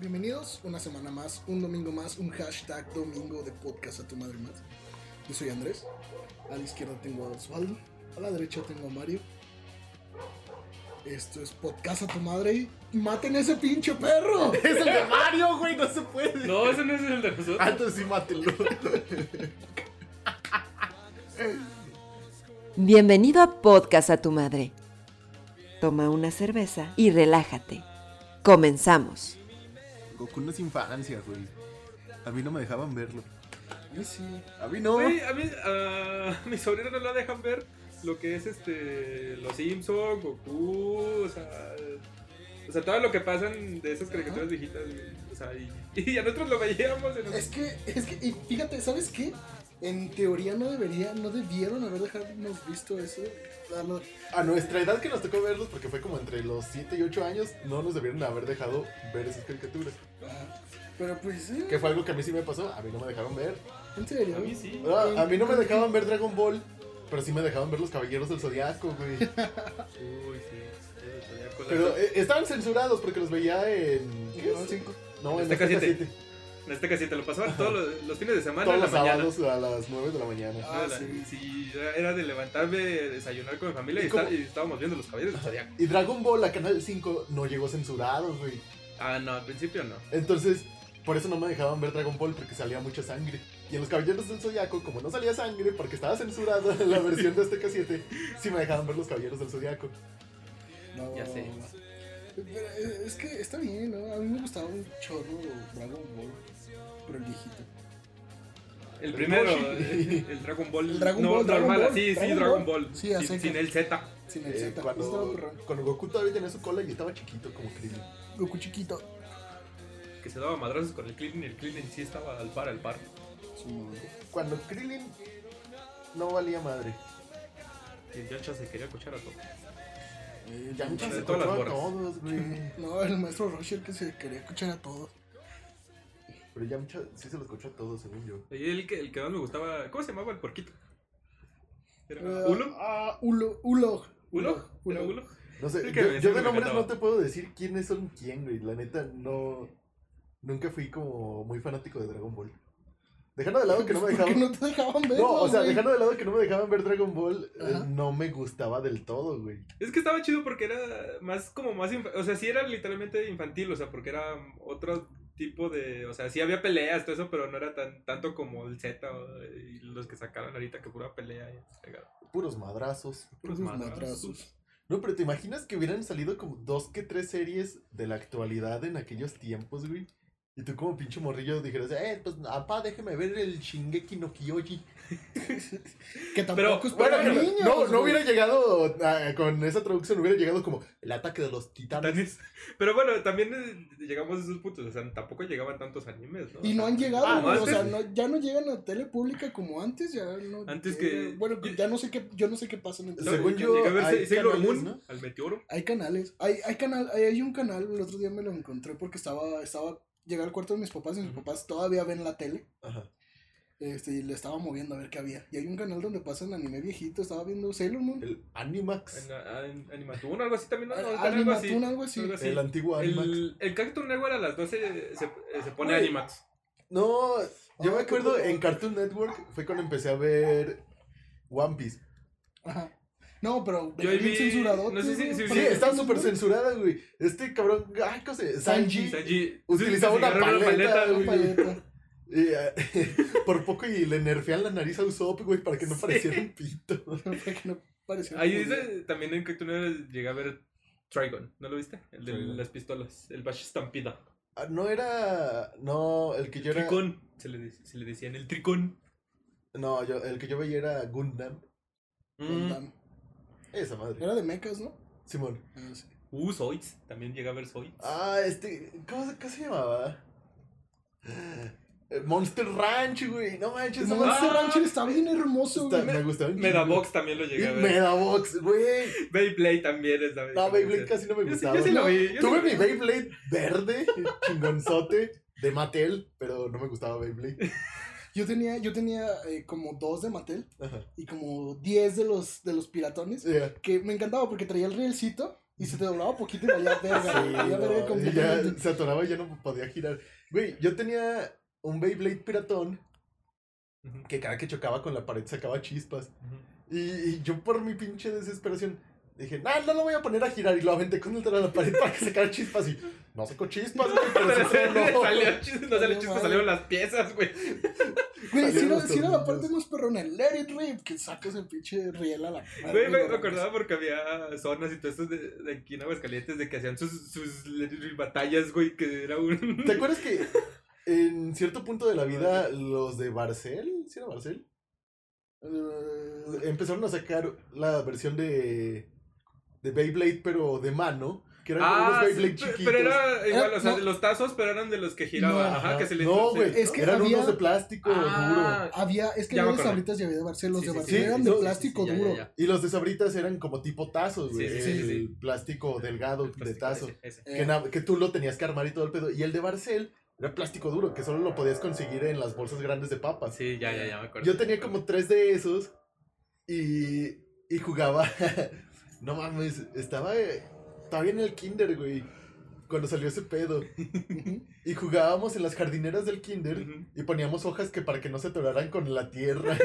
Bienvenidos una semana más, un domingo más, un hashtag domingo de podcast a tu madre más. Yo soy Andrés. A la izquierda tengo a Osvaldo. A la derecha tengo a Mario. Esto es podcast a tu madre y maten ese pinche perro. Es el de Mario, güey, no se puede. No, ese no es el de nosotros. Ah, entonces sí, mátelo. Bienvenido a Podcast a tu madre. Toma una cerveza y relájate. Comenzamos. Goku no es infancia, güey. A mí no me dejaban verlo. Y sí. A mí no. Güey, a mí, a mi sobrino no la dejan ver lo que es este los Simpsons, Goku, o sea, o sea, todo lo que pasan de esas caricaturas viejitas, güey. o sea, y, y a nosotros lo veíamos. y nos- Es que, es que, y fíjate, ¿sabes qué? En teoría no debería, no debieron haber dejarnos visto eso. Ah, A lo- A nuestra edad que nos tocó verlos, porque fue como entre los 7 y 8 años, no nos debieron haber dejado ver esas caricaturas. ah, Pero pues, eh, Que fue algo que a mí sí me pasó. A mí no me dejaron ver. en serio. A mí sí. No, a mí no me dejaban ver Dragon Ball, pero sí me dejaban ver los Caballeros del Zodiaco, güey. Uy, sí. Yo todavía con la- Pero eh, estaban censurados porque los veía en. ¿qué Canal es? cinco. No, en Azteca Azteca siete. 7. En esta casita lo pasaban todos los, los fines de semana Todos en la los mañana. sábados a las 9 de la mañana. Ah, No, la- sí. sí, era- era de levantarme, desayunar con mi familia y, ¿Y cómo? estar- y estábamos viendo los caballeros del Zodiaco. Y Dragon Ball a Canal 5 no llegó censurado, güey. Ah, no, al principio no. Entonces, por eso no me dejaban ver Dragon Ball porque salía mucha sangre. Y en los Caballeros del Zodiaco, como no salía sangre porque estaba censurada la versión de Azteca 7, sí me dejaban ver los Caballeros del Zodiaco. No, Ya sé. Pero eh, es que está bien, ¿no? A mí me gustaba un chorro Dragon Ball, pero el viejito. El El primero, eh, Moshi. el Dragon Ball. El Dragon no, Ball, Dragon normal, Ball, sí, sí, Dragon Dragon Ball. Ball. Sí, sin- acerca. sin el Z. Sin el Eh, Z. Estaba cuando, perrón. cuando Goku todavía tenía su cola y estaba chiquito como Krillin. Goku chiquito. que se daba madrazos con el Clean y el Clean en sí estaba al par, al par. Su madre. Cuando Krillin no valía madre. Y el Yamcha se quería cochar a todo. Eh, Ya Yamcha. se De todas las cochó a morras. todos, güey. No, el maestro Roger que se quería escuchar a todos. Pero Yamcha sí se los cochó a todos, según yo. Y el que, el que más me gustaba, ¿cómo se llamaba el porquito? ¿Era Eh, Ulo? Ah, Ulo, Ulo. ¿Ulo? ¿Era Ulo. Ulo? No sé, Sí, que yo, me- yo sí me de nombres encantaba. no te puedo decir quiénes son quién, güey. La neta, no. Nunca fui como muy fanático de Dragon Ball. Dejando de lado que no me Pues, ¿por qué dejaban. no te dejaban ver? No, o sea, güey? dejando de lado que no me dejaban ver Dragon Ball, eh, Ajá. no me gustaba del todo, güey. Es que estaba chido porque era más como más... infa- O sea, sí era literalmente infantil, o sea, porque era otro tipo de... O sea, sí había peleas, todo eso, pero no era tan tanto como el Z o- y los que sacaron ahorita, que pura pelea. Y fregado. Puros madrazos. Puros Puros madrazos. No, pero ¿te imaginas que hubieran salido como dos que tres series de la actualidad en aquellos tiempos, güey? Y tú como pinche morrillo dijeras, eh, pues, apá, déjeme ver el Shingeki no Kyoji. Que tampoco Pero, es para Bueno, no, niños. no, no güey. hubiera llegado ah, con esa traducción, hubiera llegado como el ataque de los titanes. Titanes. Pero bueno, también eh, llegamos a esos puntos, o sea, tampoco llegaban tantos animes, ¿no? Y no han llegado, Ah, no, güey, o antes- sea, no- ya no llegan a tele pública como antes, ya no. Antes llega- que- Bueno, ya no sé qué, yo no sé qué pasa en el No, Según lle- yo, llegué a ver hay Se- Sailor canales, Moon ¿no? al meteoro. Hay canales, hay, hay canal, hay, hay un canal, el otro día me lo encontré porque estaba, estaba, llegué al cuarto de mis papás y mis Ujú. papás todavía ven la tele, Ajá. este, y le estaba moviendo a ver qué había. Y hay un canal donde pasan anime viejito, estaba viendo Sailor Moon, El Animax. En, en- Animatún, algo así también, ¿no? No, a- algo Animatún, algo así. así. Algo así. El antiguo Animax. El, el Cactus Negro a las 12 se, eh, se- se pone Güey. Animax. No, yo me Ah, acuerdo qué bueno. en Cartoon Network fue cuando empecé a ver One Piece. Ajá. No, pero Yo ahí vi- censurado. no sé si- si- Sí, Sí, está súper censurada, güey. Este cabrón, ay, ¿cómo se- Sanji. Sanji. Sanji Utilizaba una agarró la paleta, güey. paleta. Y, ah, por poco y le nerfean la nariz a Usopp, güey, para que no Sí. pareciera un pito. para que no pareciera Ahí judío. dice, también en Cactus Negro llegué a ver Trigon, ¿no lo viste? El de Trigon. las pistolas, el Bash Stampida. Ah, No era. No, el que yo era. Tricón, se le, de- se le decía en el Tricón. No, yo, el que yo veía era Gundam. Mm. Esa madre. Era de mechas, ¿no? Simón. Ah, sí. Uh, Zoids, también llegué a ver Zoids. Ah, este. ¿Cómo, se- qué se llamaba? Eh, Monster Ranch, güey. No manches, no No, ese Ah, rancho está bien hermoso, güey. me gustaba. un Medabox también lo chingo. llegué a ver. Medabox, güey. Beyblade también es la No, Beyblade casi no me Yo sí- gustaba. yo sí lo vi, yo Tuve sí lo mi vi. Beyblade verde, chingonzote, de Mattel, pero no me gustaba Beyblade. Yo tenía, yo tenía eh, como dos de Mattel Ajá. y como diez de los, de los piratones. Yeah. Que me encantaba porque traía el rielcito Y se te doblaba poquito y valía verga. Sí, valía verga no, y ya completamente. se atoraba y ya no podía girar. Güey, yo tenía un Beyblade piratón Ujú, que cada que chocaba con la pared sacaba chispas. ujú. Y, y yo por mi pinche desesperación dije, no, no lo voy a poner a girar. Y lo aventé contra la pared para que sacara chispas. Y no sacó chispas, güey, pero sí Pero sonó. salió chiste, no salió chiste, salieron las piezas, güey. Güey, si era, salieron los si era la tornillos. parte más perrona, el Let It Rip, que sacas el pinche riel a la cara. Güey, me, me acordaba porque había zonas y todo esto de, de aquí en Aguascalientes de que hacían sus, sus le- batallas, güey, que era un... ¿Te acuerdas que en cierto punto de la vida los de Barcel, ¿sí era Barcel? Eh, Empezaron a sacar la versión de, de Beyblade, pero de mano, que eran como unos Ah, sí, Beyblade pe- chiquitos. pero era igual, Era- o sea, no. de los tazos, pero eran de los que giraban, No, ajá, que se les... No, se- güey, Es que eran había- unos de plástico Ah, Había, es que Ya había me de acordé. sabritas y había de Barcel. Los Sí, de sí, Barcel sí, eran sí, de sí, sí, plástico sí, ya, duro. ya, ya. duro. Y los de Sabritas eran como tipo tazos, güey. Sí, sí, sí, el sí. plástico delgado de plástico, tazo. ese, ese. Eh, Que, na- que tú lo tenías que armar y todo el pedo. Y el de Barcel era plástico duro, que solo lo podías conseguir en las bolsas grandes de papas. Sí, ya, ya, ya me acuerdo. Yo tenía como tres de esos y, y jugaba. no mames, estaba, eh, estaba en el kinder, güey. Cuando salió ese pedo. ujú. Y jugábamos en las jardineras del kinder Ujú. y poníamos hojas que para que no se atoraran con la tierra.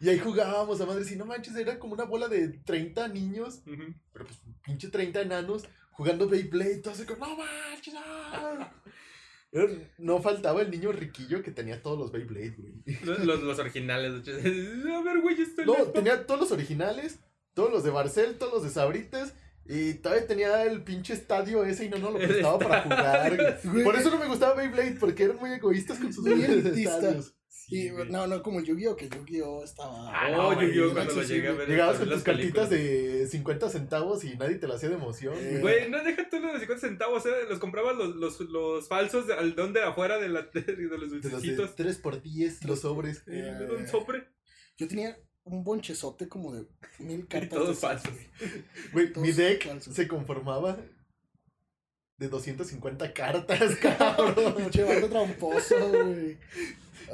y ahí jugábamos a madre. Si no manches, era como una bola de 30 niños, Ujú. pero pues pinche 30 enanos jugando Beyblade. Todo así como, no manches. ah". Era- No faltaba el niño riquillo que tenía todos los Beyblade, güey. Los, los- los originales, de hecho. A ver, güey, esto No, tenía todos los originales, todos los de Barcel, todos los de Sabritas. Y todavía tenía el pinche estadio ese y no nos lo El prestaba para jugar. güey. Güey, Por eso no me gustaba Beyblade, porque eran muy egoístas con sus Muy pinches elitista. estadios. y, no, no, como el Yu-Gi-Oh! que Yu-Gi-Oh! estaba. oh, Ah, no, no, güey, yo era cuando lo llegué a accesible. ver. Llegabas también con tus las cartitas películas. de 50 centavos y nadie te la hacía de emoción. Eh, güey. Güey, no deja tú los de 50 centavos, eh, los comprabas los, los, los falsos de- al don de afuera de, la, de los De los dulcecitos. 3 por 10 los sobres. Y Eh, Un sobre. Yo tenía un bonchezote como de mil Y cartas. de todos esas, falsos. güey. Güey, mi todos deck falsos. se conformaba de 250 cartas, cabrón. Pinche barrio tramposo, güey.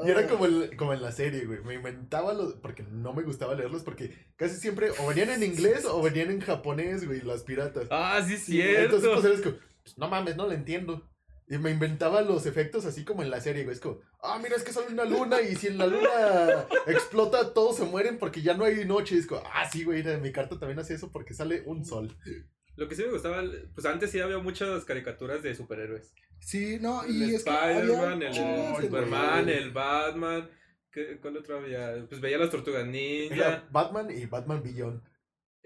Y era Ah, como, el- como en la serie, güey. Me inventaba los. Porque no me gustaba leerlos. Porque casi siempre o venían en inglés o venían en japonés, güey, las piratas. Ah, sí, es Entonces, pues cierto. eres como, pues, no mames, no lo entiendo. Y me inventaba los efectos así como en la serie, güey. Es como, ah, mira, es que sale una luna y si en la luna explota, todos se mueren porque ya no hay noche. Y es como, ah, sí, güey, en mi carta también hacía eso porque sale un sol. Lo que sí me gustaba, pues antes sí había muchas caricaturas de superhéroes. Sí, no, y El es que. había Spider-Man, el chingas de- Superman, el Batman. ¿qué- ¿Cuál otro había? Pues veía las tortugas ninja. Era Batman y Batman Billón.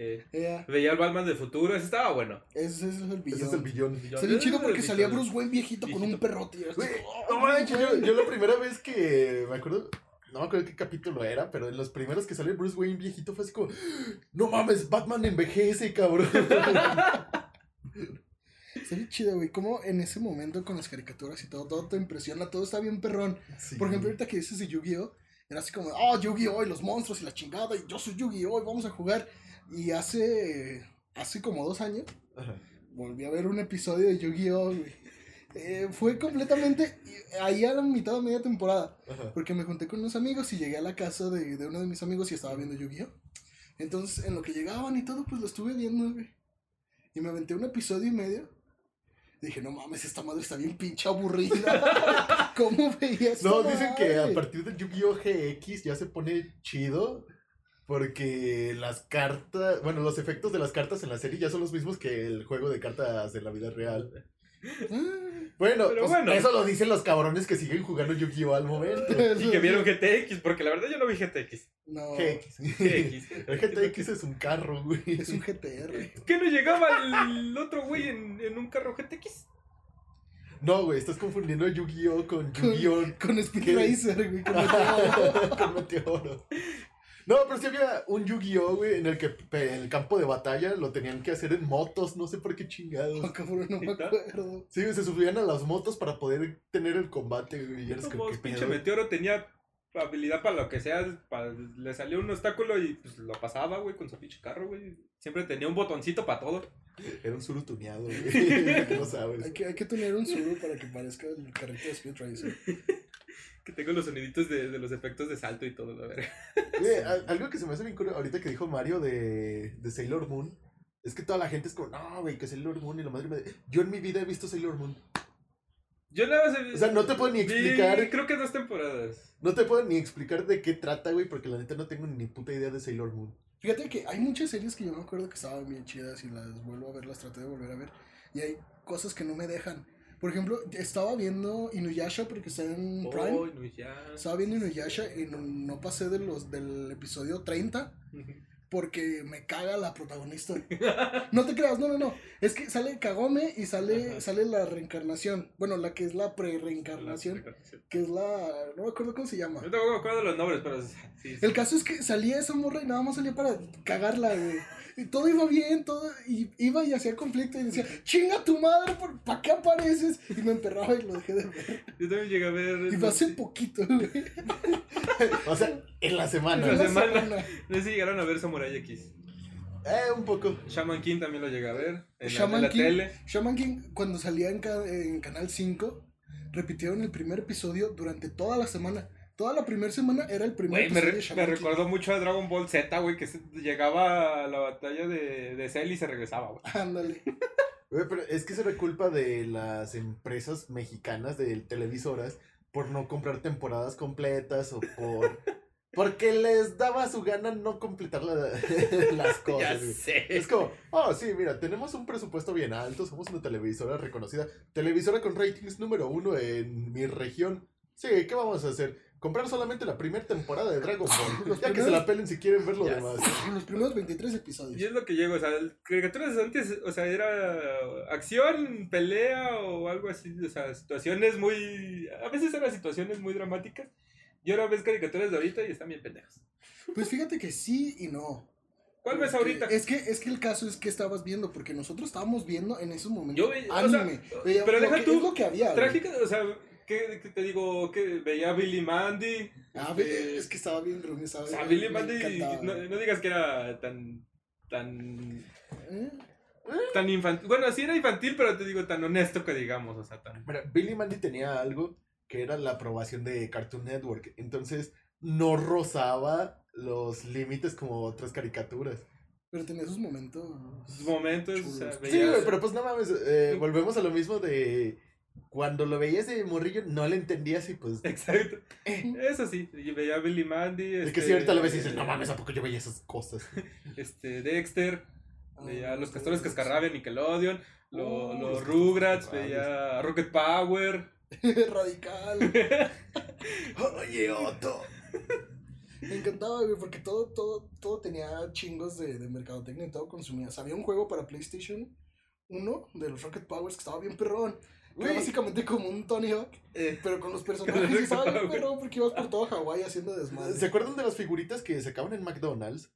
eh, Eh, veía el Batman del futuro. Ese estaba bueno. eh, ese, ese es el Ese es el billón. Billón. Está bien chido porque salía Bruce Bruce Wayne viejito con un Viejito. perrote. y era así, Güey, "Oh, no manches, yo, güey". yo la primera vez que me acuerdo, no me acuerdo qué capítulo era, pero en los primeros que salió Bruce Wayne viejito fue así como, no mames, Batman envejece, cabrón. Está bien chido, güey. Como en ese momento con las caricaturas y todo, todo te impresiona, todo está bien perrón. Sí. Por ejemplo, ahorita que dices de Yu-Gi-Oh! Era así como, oh, Yu-Gi-Oh! y los monstruos y la chingada, y yo soy Yu-Gi-Oh! y vamos a jugar. Y hace, hace como dos años Ajá. volví a ver un episodio de Yu-Gi-Oh! güey. Eh, fue completamente ahí a la mitad de media temporada. Ajá. Porque me junté con unos amigos y llegué a la casa de, de uno de mis amigos y estaba viendo Yu-Gi-Oh! Entonces, en lo que llegaban y todo, pues lo estuve viendo, güey. Y me aventé un episodio y medio. Dije, no mames, esta madre está bien pinche aburrida. ¿Cómo veías? No, dicen que a partir de Yu-Gi-Oh! GX ya se pone chido. Porque las cartas, bueno, los efectos de las cartas en la serie ya son los mismos que el juego de cartas de la vida real. Ah, Bueno, Pero pues, bueno. eso lo dicen los cabrones que siguen jugando Yu-Gi-Oh! al momento. Y que vieron GTX, porque la verdad yo no vi GTX. No, GX. GX. El GTX es un carro, güey. es un GTR. ¿Qué no llegaba el otro güey en, en un carro GTX? No, güey, estás confundiendo Yu-Gi-Oh con Yu-Gi-Oh Con Speed ¿Qué? Racer, güey. Con con Meteoro. No, pero sí había un Yu-Gi-Oh, güey, en el que pe- el campo de batalla lo tenían que hacer en motos, no sé por qué chingados. no, cabrón, no me acuerdo. Sí, güey, se subían a las motos para poder tener el combate, güey. y eres como, Como ¿qué pinche pedo? meteoro tenía habilidad para lo que sea, para- le salió un obstáculo y pues lo pasaba, güey, con su pinche carro, güey. Siempre tenía un botoncito para todo. Era un surutuneado, güey. que no Hay Pues, sabes. que, hay que tener un suru para que parezca el carrito de Speed Racer. Que tengo los soniditos de, de los efectos de salto y todo, la verga. Güey, a- algo que se me hace bien curioso ahorita que dijo Mario de, de Sailor Moon. Es que toda la gente es como, no, güey, que Sailor Moon y la madre me... Yo en mi vida he visto Sailor Moon. Yo nada más he visto- O sea, no te puedo ni vi- explicar. creo que dos temporadas. No te puedo ni explicar de qué trata, güey, porque la neta no tengo ni puta idea de Sailor Moon. Fíjate que hay muchas series que yo me acuerdo que estaban bien chidas y las vuelvo a ver, las traté de volver a ver. Y hay cosas que no me dejan. Por ejemplo, estaba viendo Inuyasha porque está en Prime. Oh, Inuyasha. Estaba viendo Inuyasha y no, no pasé de los, del episodio 30 porque me caga la protagonista. No te creas, no, no, no. Es que sale Kagome y sale, Ajá. sale la reencarnación. Bueno, la que es la pre-reencarnación, que es la... No me acuerdo cómo se llama. Yo tampoco me acuerdo de los nombres, pero sí. sí. El caso es que salía esa morra y nada más salía para cagarla, güey. Y todo iba bien, todo. Y iba y hacía conflicto y decía, chinga tu madre, ¿por, ¿para qué apareces? Y me emperraba y lo dejé de ver. Yo también llegué a ver. Y fue hace poquito, güey. O sea, en la semana. En la Una semana. Ah, No sé si llegaron a ver Samurai X. Eh, un poco. Shaman King también lo llegué a ver. En la- en la, Shaman King. tele. Shaman King, cuando salía en, ca- en Canal 5, repitieron el primer episodio durante toda la semana. Toda la primera semana era el primer Güey, me, episodio re- de me Shaman King. recordó mucho a Dragon Ball Z, güey, que se- llegaba a la batalla de, de Cell y se regresaba, güey. Ándale. Güey, pero es que será culpa de las empresas mexicanas de televisoras por no comprar temporadas completas o por... Porque les daba su gana no completar la- las cosas. güey. sé. Es como, oh, sí, mira, tenemos un presupuesto bien alto, somos una televisora reconocida, televisora con ratings número uno en mi región. Sí, ¿qué vamos a hacer? Comprar solamente la primera temporada de Dragon Ball. ya que se la pelen si quieren ver lo Ya demás. Los primeros 23 episodios. Y es lo que llego, o sea, el- caricaturas antes, o sea, era acción, pelea o algo así, o sea, situaciones muy, a veces eran situaciones muy dramáticas. Y ahora ves caricaturas de ahorita y están bien pendejas. Pues fíjate que sí y no. ¿Cuál ves Porque ahorita? Es que, es que el caso es que estabas viendo, porque nosotros estábamos viendo en esos momentos Yo ve- o sea, anime. Veíamos pero lo deja que- tú, es lo que había. güey. Trágica, o sea, ¿qué, qué te digo? Que veía a Billy Mandy. Ah, ve- este, es que estaba bien reunido, estaba o sea, bien- Billy me Mandy, encantaba, no, güey. no digas que era tan, tan, ¿Eh? tan infantil. Bueno, sí era infantil, pero te digo, tan honesto que digamos, o sea, tan... Mira, Billy Mandy tenía algo que era la aprobación de Cartoon Network. Entonces, no rozaba los límites como otras caricaturas. Pero tenía esos momentos. sus momentos, o sea, Chulos. Sí, veías... güey, pero pues no mames, eh, volvemos a lo mismo de cuando lo veías de morrillo no le entendías y pues Exacto. Eh, Eso sí, yo veía a Billy Mandy. Es este, que si ahorita lo ves y dices, no mames, ¿a poco yo veía esas cosas? Este, Dexter, Ah, veía a los castores cascarrabia, Nickelodeon, lo- Oh, los, los Rugrats, Cascaruabias. veía a Rocket Power. Radical. Oye, Otto. Me encantaba, güey, porque todo, todo, todo tenía chingos de, de mercadotecnia y todo consumía. O sea, había un juego para PlayStation 1 de los Rocket Powers que estaba bien perrón. que Era Güey. básicamente como un Tony Hawk, Eh, pero con los Con personajes. los y estaba bien Rocket Power. perrón porque ibas por todo Hawái haciendo desmadre. ¿Se acuerdan de las figuritas que sacaban en McDonald's?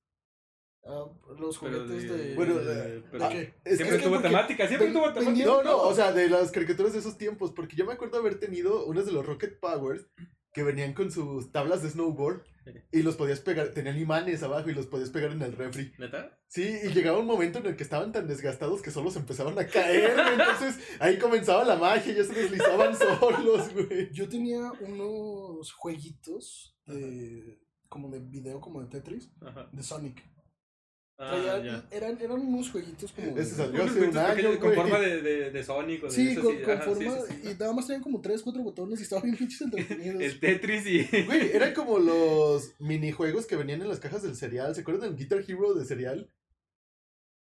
Ah, los pero juguetes de- de... Bueno, de- pero ¿de ah, qué? es siempre que- tuvo porque temática, siempre ven- tuvo temática. vendía- No, no, o sea, de las caricaturas de esos tiempos, porque yo me acuerdo haber tenido unas de los Rocket Powers que venían con sus tablas de snowboard y los podías pegar, tenían imanes abajo y los podías pegar en el refri. ¿Neta? Sí, y llegaba un momento en el que estaban tan desgastados que solos empezaban a caer, güey, entonces ahí comenzaba la magia, ya se deslizaban solos, güey. Yo tenía unos jueguitos de... Como de video, como de Tetris, Ajá. de Sonic. Ah, Traía- ya. eran, eran unos jueguitos como... de- Ese salió Unos hace un cuentos pequeños año, con güey. forma de, de, de Sonic o de Sí, eso, con, con ajá, sí, forma. sí, sí. Y nada más tenían como 3, 4 botones y estaban bien pinches entretenidos. El Tetris y. Güey, eran como los minijuegos que venían en las cajas del cereal. ¿Se acuerdan del Guitar Hero de cereal?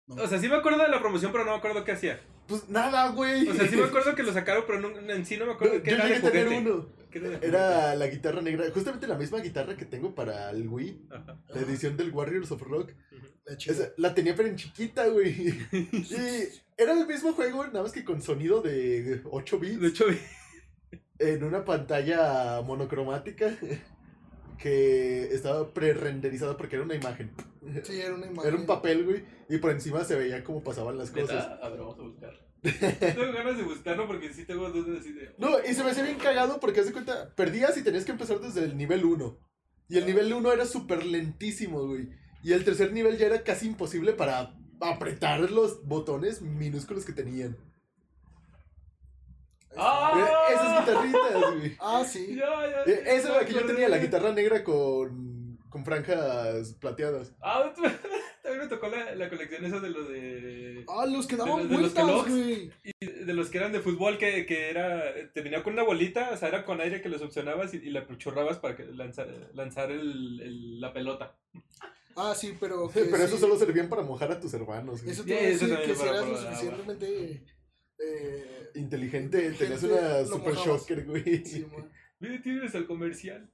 O sea, sí me acuerdo de la promoción, pero no me acuerdo qué hacía. Pues nada, güey. O sea, sí me acuerdo que lo sacaron, pero no- en sí no me Yo acuerdo qué yo era llegué de a tener juguete. uno. ¿Qué de juguete? Era la guitarra negra. Justamente la misma guitarra que tengo para el Wii. Ajá. La edición del Warriors of Rock. La chida. Esa- la tenía pero en chiquita, güey. Y era el mismo juego, nada más que con sonido de 8 bits. De hecho, vi- en una pantalla monocromática que estaba pre-renderizada porque era una imagen. Sí, era una imagen. Era un papel, güey, y por encima se veía cómo pasaban las cosas. ¿Neta? A ver, vamos a buscar. tengo ganas de buscarlo porque sí tengo dudas así de. No, y se me hacía bien cagado porque haz de cuenta, perdías y tenías que empezar desde el nivel 1. Y Ah. el nivel 1 era súper lentísimo, güey. Y el tercer nivel ya era casi imposible para apretar los botones minúsculos que tenían. ¡Ah! Esas guitarritas, güey. Ah, sí. Ya, ya. E-, Eh, Esa era la que yo tenía, la guitarra negra con con franjas plateadas. Ah, también me tocó la, la colección esa de los de. Ah, los que de daban los vueltas, Kellogg's. güey. De los que eran de fútbol, que, que era. Te venía con una bolita, o sea, era con aire que lo succionabas y, y la churrabas para que lanzar, lanzar el, el- la pelota. Ah, sí, pero. que Pero eso sí. solo servían para mojar a tus hermanos. güey. Eso te iba a Sí, eso decir también que es si para eras lo probar, suficientemente. Eh, Inteligente, tenías Inteligente, una lo super mojabas. shocker, güey. sí, Sí. mon. Mira, tienes el comercial.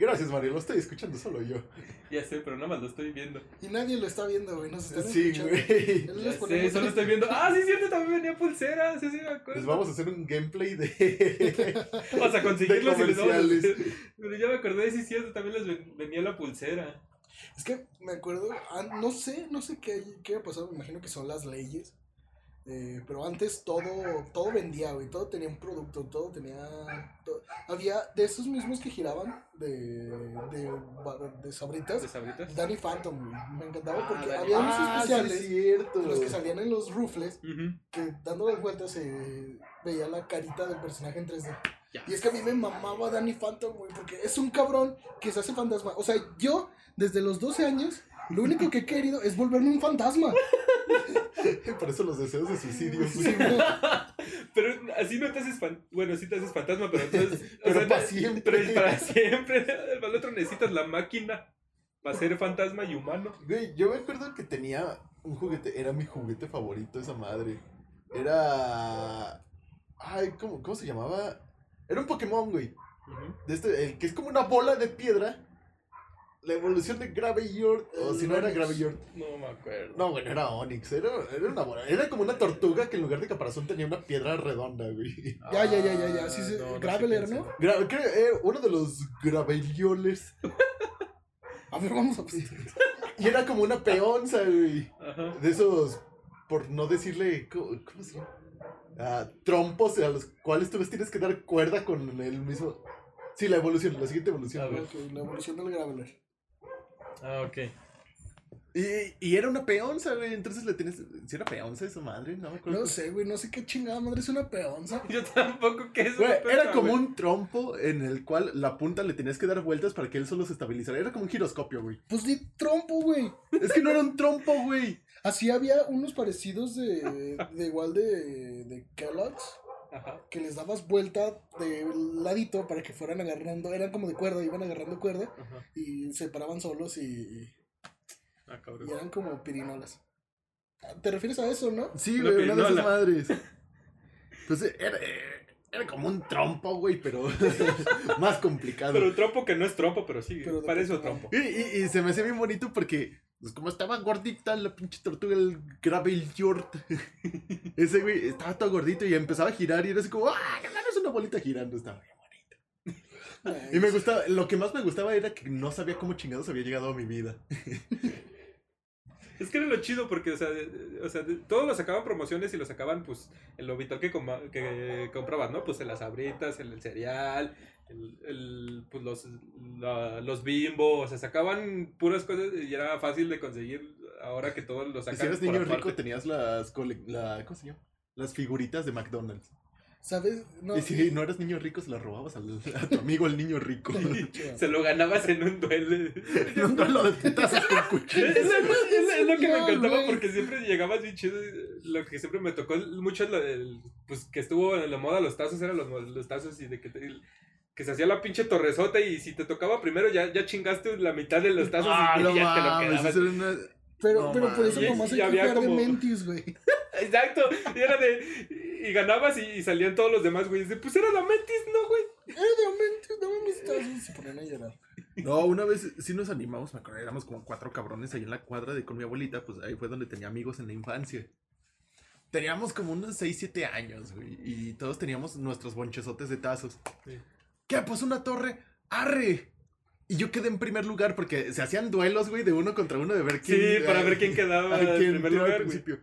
gracias, Mario. Lo estoy escuchando solo yo. Ya sé, pero nada más lo estoy viendo. y nadie lo está viendo, güey. Nos están Sí, escuchando. güey. Ya Ya les sé, ponemos- solo estoy viendo. Ah, sí, es cierto, también venía pulseras. Sí, sí, me acuerdo. Les vamos a hacer un gameplay de, Vamos a de conseguirlos y les vamos a comerciales. hacer- Pero ya me acordé, sí, es cierto, también les ven- venía la pulsera. Es que me acuerdo, an- no sé, no sé qué, qué ha pasado, me imagino que son las leyes. eh, pero antes todo, todo vendía, güey, todo tenía un producto, todo tenía... to- había de esos mismos que giraban, de, de, ba- de ¿De sabritas, sabritas? Danny Phantom, güey. Me encantaba Ah, porque Danny- había unos Ah, sí, especiales, es cierto. los que salían en los rufles, Ujú. que dando las vueltas se veía la carita del personaje en 3D. Ya. Y es que a mí me mamaba Danny Phantom, güey, porque es un cabrón que se hace fantasma. O sea, yo, desde los 12 años, lo único que he querido es volverme un fantasma. Por eso los deseos de suicidio. güey. Sí, güey. Pero así no te haces fan... Bueno, sí te haces fantasma, pero entonces... Pero para no- siempre. Pero es para siempre. Para el otro necesitas la máquina para ser fantasma y humano. Güey, yo me acuerdo que tenía un juguete, era mi juguete favorito esa madre. Era. Ay, ¿cómo, cómo se llamaba? Era un Pokémon, güey. De este, el que es como una bola de piedra. La evolución de Graveyard. O si no era Graveyard. No me acuerdo. No, bueno, era Onix. Era, era una bola. Era como una tortuga que en lugar de caparazón tenía una piedra redonda, güey. Ya, ya, ya, ya, ya, sí, sí, Ah, sé Graveler, quién ¿no? sea. Gra- creo- eh, uno de los Gravelioles. A ver, vamos a pues, Y era como una peonza, güey. Ajá. De esos, por no decirle, ¿cómo, cómo se llama? Ah, trompos a los cuales tú les tienes que dar cuerda con el mismo... Sí, la evolución, la siguiente A evolución. güey. ok, la evolución del Graveler. Ah, ok. Y, y era una peonza, güey. Entonces le tienes... Si era peonza esa madre, no me acuerdo. No sé, güey, no sé qué chingada madre es una peonza. Yo tampoco que es Güey, una era persona, como güey. un trompo en el cual la punta le tenías que dar vueltas para que él solo se estabilizara. Era como un giroscopio, güey. Pues di trompo, güey. Es que no era un trompo, güey. Así había unos parecidos de, de igual de, de Kellogg's. Ajá. que les dabas vuelta del ladito para que fueran agarrando, eran como de cuerda, iban agarrando cuerda Ajá. y se paraban solos y, Ah, y cabrón. eran como pirinolas. ¿Te refieres a eso, no? Sí, Una güey, una de esas pirinola. madres. Pues eh, era, eh, era como un trompo, güey, pero más complicado. Pero un trompo que no es trompo, pero sí. Pero de parece un Pokémon. trompo. Y, y- y se me hacía bien bonito porque, pues como estaba gordita la pinche tortuga, el Gravel Yort. Ese güey estaba todo gordito y empezaba a girar y era así como, ¡ah! carnal, Es una bolita girando, estaba bien bonito. Y me gustaba, lo que más me gustaba era que no sabía cómo chingados había llegado a mi vida. Es que era lo chido porque, o sea, de- de- o sea de- todos los sacaban promociones y los sacaban, pues, en lo vital que, coma- que comprabas, ¿no? Pues en las abritas, en el cereal, el, el- pues los, la- los bimbo, o sea, sacaban puras cosas y era fácil de conseguir ahora que todos los sacan si eras por niño aparte. rico tenías las, cole- la, ¿cómo se llama? Las figuritas de McDonald's. ¿Sabes? No. Y si no eras niño rico, se las robabas al- a tu amigo el niño rico. Se lo ganabas en un duelo. En un duelo de putazos con Es, cuchillos. es- es lo que me No, encantaba güey. porque siempre llegabas bien chido. y Lo que siempre me tocó mucho, es lo del- pues que estuvo en la moda los tazos, eran los, mo- los tazos y de que, te- que se hacía la pinche torresota y si te tocaba primero ya, ya chingaste la mitad de los tazos Ah, y no ya te lo mames, quedabas. eso era una- Pero, No, pero por man. eso Y- nomás y hay que había jugar de como- mentis, güey. Eh, Exacto, y era de. Y ganabas y, y salían todos los demás, güey. y dice, Pues era la Mentis, ¿no, güey? Eh, de mentis, dame mis tazos. Se ponían a llorar. No, una vez sí nos animamos, me acuerdo, éramos como cuatro cabrones ahí en la cuadra de con mi abuelita, pues ahí fue donde tenía amigos en la infancia. Teníamos como unos 6, 7 años, güey, y todos teníamos nuestros bonchesotes de tazos. Sí. ¿Qué? Pues una torre, arre. Y yo quedé en primer lugar porque se hacían duelos, güey, de uno contra uno de ver Sí, quién. para eh, ver quién quedaba a en quién primer tiraba al lugar, güey. principio.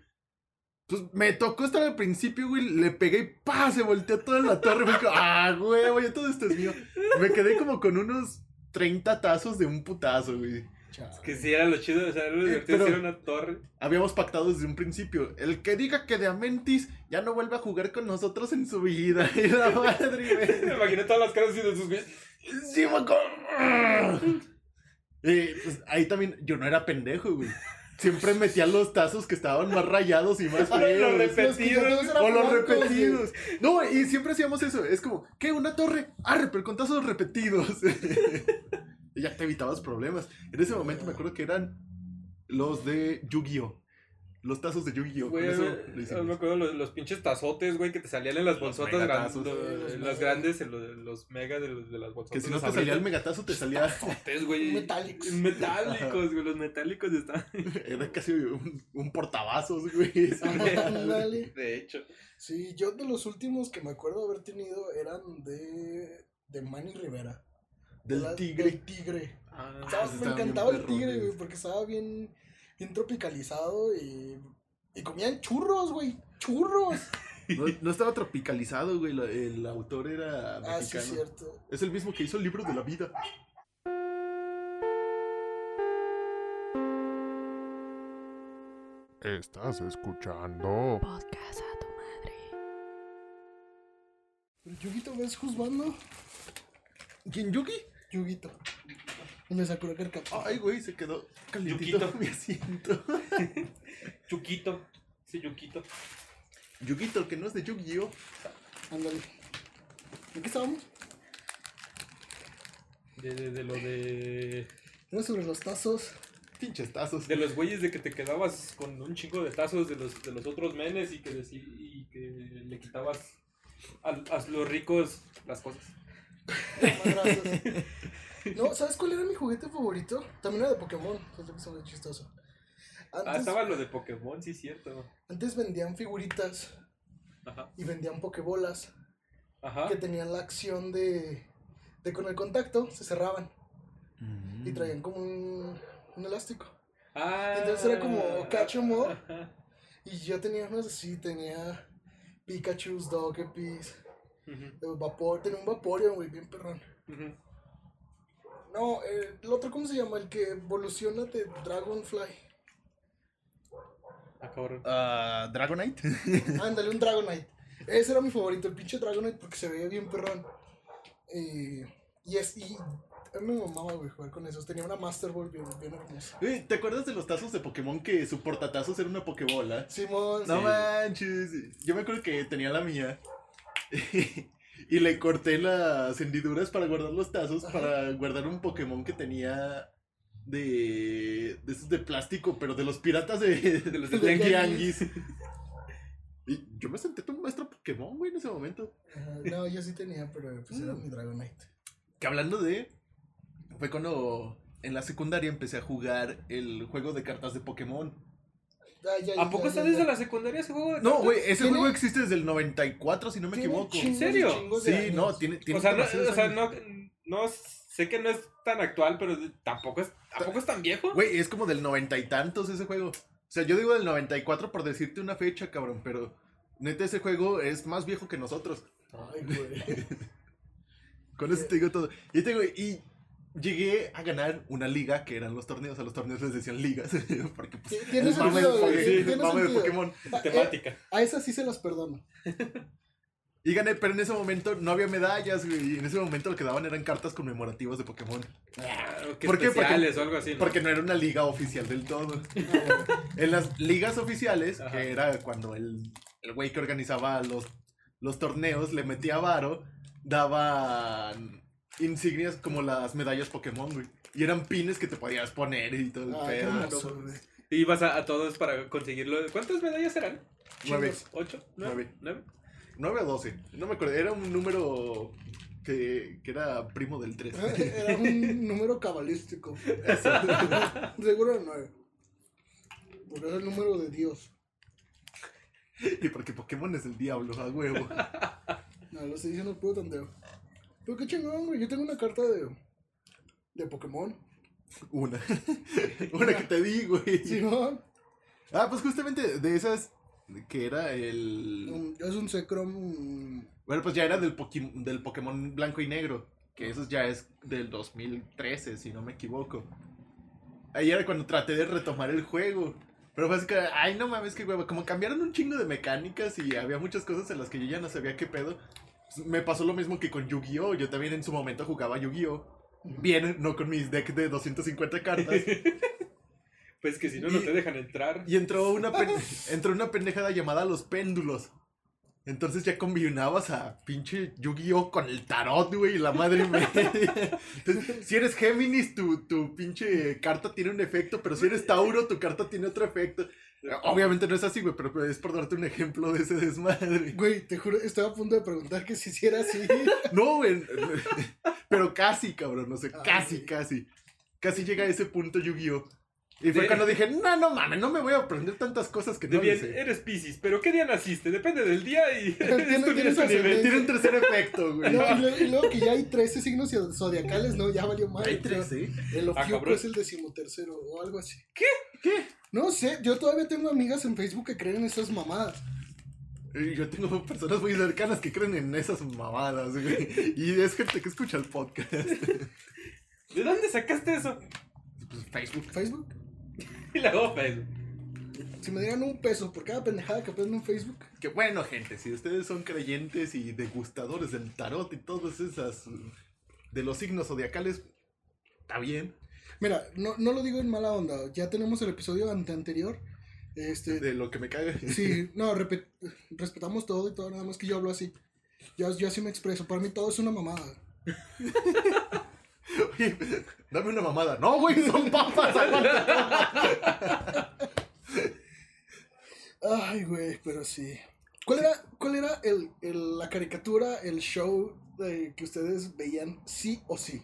Pues me tocó estar al principio, güey. Le pegué y ¡pa! Se volteó toda la torre. Me dijo, ¡ah, güey! Ya todo esto es mío. Me quedé como con unos 30 tazos de un putazo, güey. Chale. Que sí, era lo chido, o sea, era lo Eh, divertido, sí pero- era una torre. Habíamos pactado desde un principio. El que diga que de Amentis ya no vuelve a jugar con nosotros en su vida. Y la madre, güey. Me imaginé todas las caras así de sus güeyes. Sí, me acuerdo. Eh, pues ahí también yo no era pendejo, güey. Siempre metía los tazos que estaban más rayados y más Los feos. repetidos. O los repetidos. No, y siempre hacíamos eso. Es como, ¿qué? ¿Una torre? Arre, pero con tazos repetidos. Y ya te evitabas problemas. En ese momento me acuerdo que eran los de Yu-Gi-Oh! Los tazos de Yu-Gi-Oh! Con Güey, eso güey, lo yo me hicimos. acuerdo los, los pinches tazotes, güey, que te salían en las bolsotas megatazos. grandes, Sí, los las megas. grandes, en los, los megas de, los- de las bolsotas. Que si no los te salía el abritas, megatazo, te salía. tazotes, güey. Metálicos. Metálicos, güey, los metálicos están. Era casi un, un portavasos, güey. Ándale. De hecho, Sí, yo de los últimos que me acuerdo haber tenido eran de, de Manny Rivera. Del La- tigre. Del tigre. Ah, Estaba- sí, me estaban bien encantaba el perrones. tigre, güey, porque estaba bien, bien tropicalizado y, y comían churros, güey. ¡Churros! No, no estaba tropicalizado, güey. lo- El autor era mexicano. Ah, sí, es cierto. Es el mismo que hizo el libro de la vida. Estás escuchando Podcast a tu madre. Pero Yuguito, ¿ves juzgando? ¿Ginyuki? Yuguito. Me sacó la Ah, carcapá. Ay, güey, se quedó calientito Yuquito. mi asiento. Chuquito. Sí, Yuquito. Yukito, el que no es de Yu-Gi-Oh! Ándale. ¿En qué estábamos? De, de, de lo de. Era sobre los tazos. Pinches tazos. De los güeyes de que te quedabas con un chingo de tazos de los, de los otros menes y que, decí- y que le quitabas a, a los ricos las cosas. Ah, Madrazos. No, ¿sabes cuál era mi juguete favorito? También era de Pokémon, es lo que se me hace chistoso. Ah, Antes, estaba lo de Pokémon, sí, cierto. antes vendían figuritas Ajá. y vendían pokebolas Ajá. que tenían la acción de, de con el contacto se cerraban y Mm. traían como un, un elástico. Ah. Entonces era como catch 'em all. Ajá. Y yo tenía unos así, tenía Pikachu's, Dogepis, Ujú, eh, Vapor, tenía un Vaporeon, güey, bien perrón. ujú. No, eh, el otro, ¿cómo se llama? El que evoluciona de Dragonfly. Ah, cabrón. Ah, Dragonite. Ándale, un Dragonite. Ese era mi favorito, el pinche Dragonite, porque se veía bien perrón. Eh, y es. Y a mí me mamaba, güey, jugar con esos. Tenía una Master Ball bien, bien hermosa. Güey, ¿Te acuerdas de los tazos de Pokémon que su portatazos era una Pokébola? Simón, No sí. manches. Yo me acuerdo que tenía la mía. y le corté las hendiduras para guardar los tazos, para guardar un Pokémon que tenía de, de esos de plástico, pero de los piratas de, de los de Tianguis. Y yo me senté tu maestro Pokémon, güey, en ese momento. Ajá, no, yo sí tenía, pero pues Mm. era mi Dragonite. Que hablando de. Fue cuando en la secundaria empecé a jugar el juego de cartas de Pokémon. Ah, ya, ¿A ya, poco ya, está ya, desde ya. la secundaria ese juego? No, güey, ese pues, ¿Tiene- juego existe desde el 94, si no me Tiene equivoco. chingos y serio? chingos de Sí, no, años. tiene, tiene o sea, no, demasiados o sea años. no, no sé que no es tan actual, pero tampoco es, tampoco es tan viejo. Güey, es como del noventa y tantos ese juego. O sea, yo digo del 94 por decirte una fecha, cabrón, pero neta ese juego es más viejo que nosotros. Ay, güey. Con eso te digo todo. Y te digo, y llegué a ganar una liga que eran los torneos, a los torneos les decían ligas, porque pues Ti- Tiene el mame sentido, güey. de, tiene mame de sentido. Pokémon. Ah, eh, Temática. A esas sí se las perdono. Y gané, pero en ese momento no había medallas, güey, y en ese momento lo que daban eran cartas conmemorativas de Pokémon. Que ¿por qué? Porque- especiales o algo así. ¿no? Porque no era una liga oficial del todo. Ah, en las ligas oficiales, Ajá. que era cuando el el güey que organizaba los, los torneos le metía varo, daban insignias como las medallas Pokémon, güey. Y eran pines que te podías poner y todo el Ay, qué pedo. hermoso, güey. Ibas a, a todos para conseguirlo. ¿Cuántas medallas eran? Nueve. ¿Ocho? ¿Nueve? Nueve. ¿Nueve? 9 o 12, no me acuerdo. Era un número que, que era primo del 3. Era un número cabalístico. Seguro no nueve. Porque era el número de Dios. y porque Pokémon es el diablo, a huevo. No, lo estoy diciendo puro tandeo. Pero qué chingón, güey. Yo tengo una carta de. de Pokémon. Una. Una que te di, güey. Sí, ¿no? Ah, pues justamente de esas que era el. Un- es un Secrom. Bueno, pues ya era del, Pokim- del Pokémon blanco y negro. Que eso ya es del 2013, si no me equivoco. Ahí era cuando traté de retomar el juego. Pero fue así que, ay, no mames, que huevo. Como cambiaron un chingo de mecánicas y había muchas cosas en las que yo ya no sabía qué pedo. pues, Me pasó lo mismo que con Yu-Gi-Oh! Yo también en su momento jugaba Yu-Gi-Oh! Bien, no con mis deck de 250 cartas. Pues que si no, no te dejan entrar. Y entró una, pen- entró una pendejada llamada los péndulos. Entonces ya combinabas a pinche Yu-Gi-Oh con el tarot, güey, y la madre media. Entonces, si eres Géminis, tu, tu pinche carta tiene un efecto, pero si eres Tauro, tu carta tiene otro efecto. Obviamente no es así, güey, pero es por darte un ejemplo de ese desmadre. Güey, te juro, estaba a punto de preguntar que si hiciera así. No, güey. Pero casi, cabrón, no sé, casi, Ay. casi. Casi llega a ese punto Yu-Gi-Oh. Y fue De- cuando dije, no, no mames, no me voy a aprender tantas cosas que De no bien, le sé". eres Piscis, pero ¿qué día naciste? Depende del día y. Tienes- tu- tienes tu nivel. ascendente. Tiene un tercer efecto, No, y, güey. luego, y luego que ya hay 13 signos zodiacales, ¿no? Ya valió madre. Hay tres, ¿eh? El Ah, Ofiuco cabrón. es el decimotercero o algo así. ¿Qué? No sé, yo todavía tengo amigas en Facebook que creen en esas mamadas. Eh, Yo tengo personas muy cercanas que creen en esas mamadas, güey. Y es gente que escucha el podcast. ¿De dónde sacaste eso? Pues Facebook. ¿Facebook? Y la gopa eso. Si me dieran un peso por cada pendejada que prendo en Facebook, Que bueno, gente, si ustedes son creyentes y degustadores del tarot y todas esas. eh, de los signos zodiacales, está bien. Mira, no, no lo digo en mala onda. Ya tenemos el episodio ante anterior. Este, De lo que me caga. sí, no, repe- respetamos todo y todo, nada más que yo hablo así. Yo, yo así me expreso. Para mí todo es una mamada. Oye, dame una mamada. No, güey, son papas. aguanta. Ay, güey, pero sí. ¿Cuál era, cuál era el, el- la caricatura, el show eh, que ustedes veían sí o sí?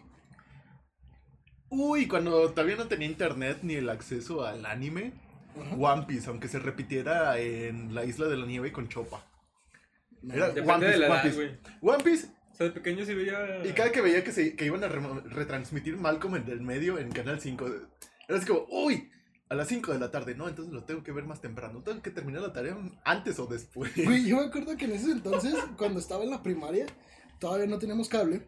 Uy, cuando todavía no tenía internet ni el acceso al anime. Ajá. One Piece, aunque se repitiera en la isla de la nieve con Chopa. Era No. Depende de la One edad, Piece. güey. Ah. One Piece, O sea, de pequeño sí veía. y cada que veía que, se, que iban a re- retransmitir Malcolm en el medio en Canal 5, era así como, uy, a las 5 de la tarde, no, entonces lo tengo que ver más temprano, tengo que terminar la tarea antes o después. Güey, yo me acuerdo que en ese entonces, cuando estaba en la primaria, todavía no teníamos cable.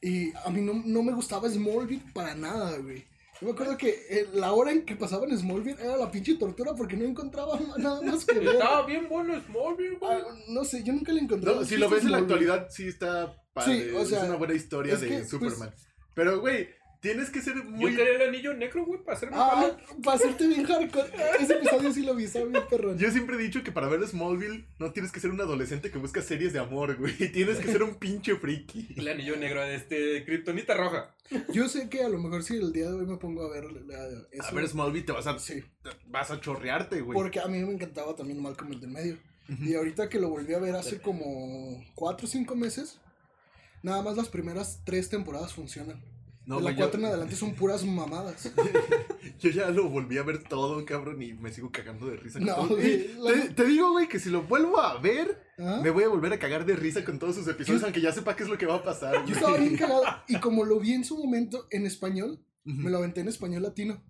Y a mí no, no me gustaba Smallville para nada, güey. Yo me acuerdo que eh, la hora en que pasaba en Smallville era la pinche tortura porque no encontraba ma- nada más que ver. Estaba bien bueno Smallville, güey. Ah, no sé, yo nunca le encontré. No, si lo ves en la actualidad, sí está padre, Sí, o sea, es una buena historia es de que, pues- Superman. Pero, güey, tienes que ser Yo muy... quería el anillo negro, güey, para hacerme Ah, malo. para hacerte bien hardcore. Ese episodio sí lo vi, estaba bien perrón. Yo siempre he dicho que para ver Smallville no tienes que ser un adolescente que busca series de amor, güey. Tienes que ser un pinche friki. El anillo negro, este, Kryptonita roja. Yo sé que a lo mejor si el día de hoy me pongo a ver la- eso, A ver, Smallville, te vas a, sí, vas a chorrearte, güey. porque a mí me encantaba también Malcolm el del medio. Y ahorita que lo volví a ver hace como 4 o 5 meses, nada más las primeras 3 temporadas funcionan. No, de la güey, 4 en yo, adelante son puras mamadas. yo ya lo volví a ver todo, cabrón, y me sigo cagando de risa. con No, todo. güey, Y la- te, te digo, güey, que si lo vuelvo a ver, ¿Ah? me voy a volver a cagar de risa con todos sus episodios, Yo- aunque ya sepa qué es lo que va a pasar. Yo güey. estaba bien cagado. Y como lo vi en su momento en español, Ujú. me lo aventé en español latino.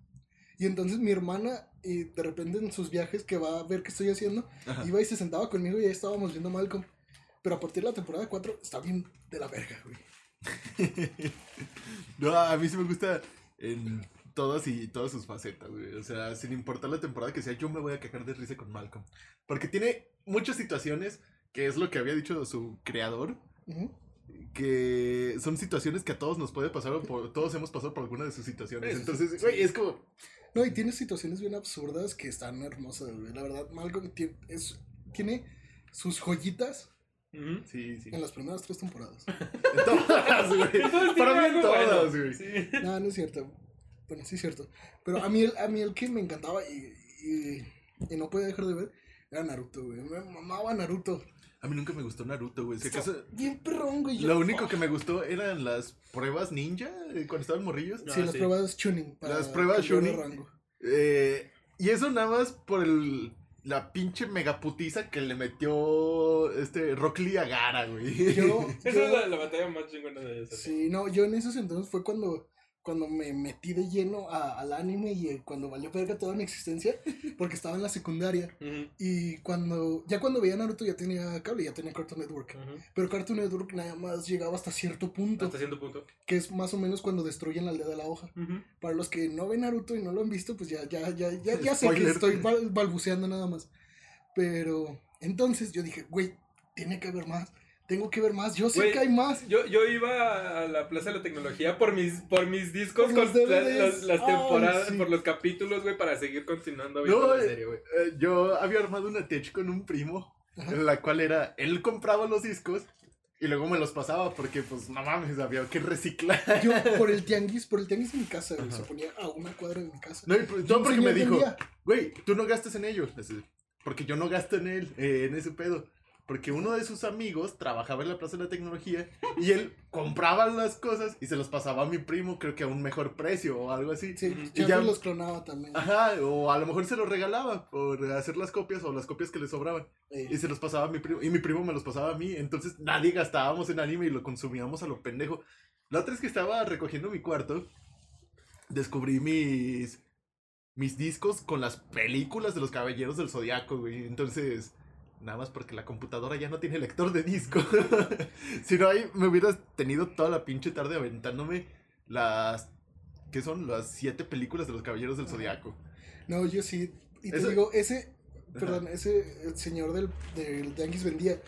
Y entonces mi hermana, y de repente en sus viajes que va a ver qué estoy haciendo, Ajá. iba y se sentaba conmigo y ahí estábamos viendo Malcolm. Pero a partir de la temporada 4 está bien de la verga, güey. No, a mí sí me gusta en todas y todas sus facetas, güey. O sea, sin importar la temporada que sea, yo me voy a cagar de risa con Malcolm. Porque tiene muchas situaciones, que es lo que había dicho su creador, Ujú. que son situaciones que a todos nos puede pasar, o por, todos hemos pasado por alguna de sus situaciones. Eso sí, Entonces, güey, es como... No, y tiene situaciones bien absurdas que están hermosas, güey. La verdad, Malcolm tiene, es, tiene sus joyitas Ujú. Sí, sí. en las primeras tres temporadas. En todas, Entonces Ah, güey. tiene Para mí en algo bueno. todas, güey. Sí. No, no es cierto. Bueno, sí es cierto. Pero a mí el, a mí el que me encantaba y, y- y no podía dejar de ver era Naruto, güey. Me mamaba Naruto. A mí nunca me gustó Naruto, güey. Si Está acaso... bien perrón, güey. Yo- Lo único que me gustó eran las pruebas ninja eh, cuando estaban morrillos. Sí, Ah, las sí. pruebas tuning. Las pruebas cambiar de Chunin. rango. Eh, y eso nada más por el, la pinche megaputiza que le metió este Rock Lee a Gara, güey. Yo, Esa es yo- la, la batalla más chingona de esa. sí, no, yo en esos entonces fue cuando cuando me metí de lleno a- al anime y eh, cuando valió verga toda mi existencia, porque estaba en la secundaria. Ujú, Y cuando, ya cuando veía Naruto ya tenía cable, ya tenía Cartoon Network. ujú. Pero Cartoon Network nada más llegaba hasta cierto punto, Hasta cierto punto. que es más o menos cuando destruyen la aldea de la hoja. Ujú. Para los que no ven Naruto y no lo han visto, pues ya, ya, ya, ya, ya sé que Spoiler. estoy bal- balbuceando nada más. Pero entonces yo dije, güey, tiene que haber más. Tengo que ver más. Yo sé Güey, que hay más. Yo, yo iba a la Plaza de la Tecnología por mis, por mis discos, Por los con la- DVDs. las, las Ay, temporadas, sí. por los capítulos, güey, para seguir continuando Ah, No, viendo la eh. serie, güey. Eh, yo había armado una tech con un primo, Ajá. en la cual era, él compraba los discos y luego me los pasaba porque, pues, no mames, había que reciclar. Yo por el tianguis, por el tianguis de mi casa, güey, Ajá. se ponía a una cuadra de mi casa. No, y pues, no, Un porque señor me dijo, vendía. güey, tú no gastas en ellos. Porque yo no gasto en él, eh, en ese pedo. Porque uno de sus amigos trabajaba en la Plaza de la Tecnología y él compraba las cosas y se las pasaba a mi primo, creo que a un mejor precio o algo así. Sí, Ujú. yo Y ya- los clonaba también. Ajá, o a lo mejor se los regalaba por hacer las copias o las copias que le sobraban. Eh, Y se los pasaba a mi primo, y mi primo me los pasaba a mí. Entonces nadie gastábamos en anime y lo consumíamos a lo pendejo. La otra es que estaba recogiendo mi cuarto, descubrí mis, mis discos con las películas de los Caballeros del Zodiaco, güey. Entonces, nada más porque la computadora ya no tiene lector de disco. si no, ahí me hubieras tenido toda la pinche tarde aventándome las. ¿Qué son? Las siete películas de los Caballeros del Zodiaco. No, yo sí. Y te Eso- digo, ese, perdón, ese el señor del, del tianguis vendía.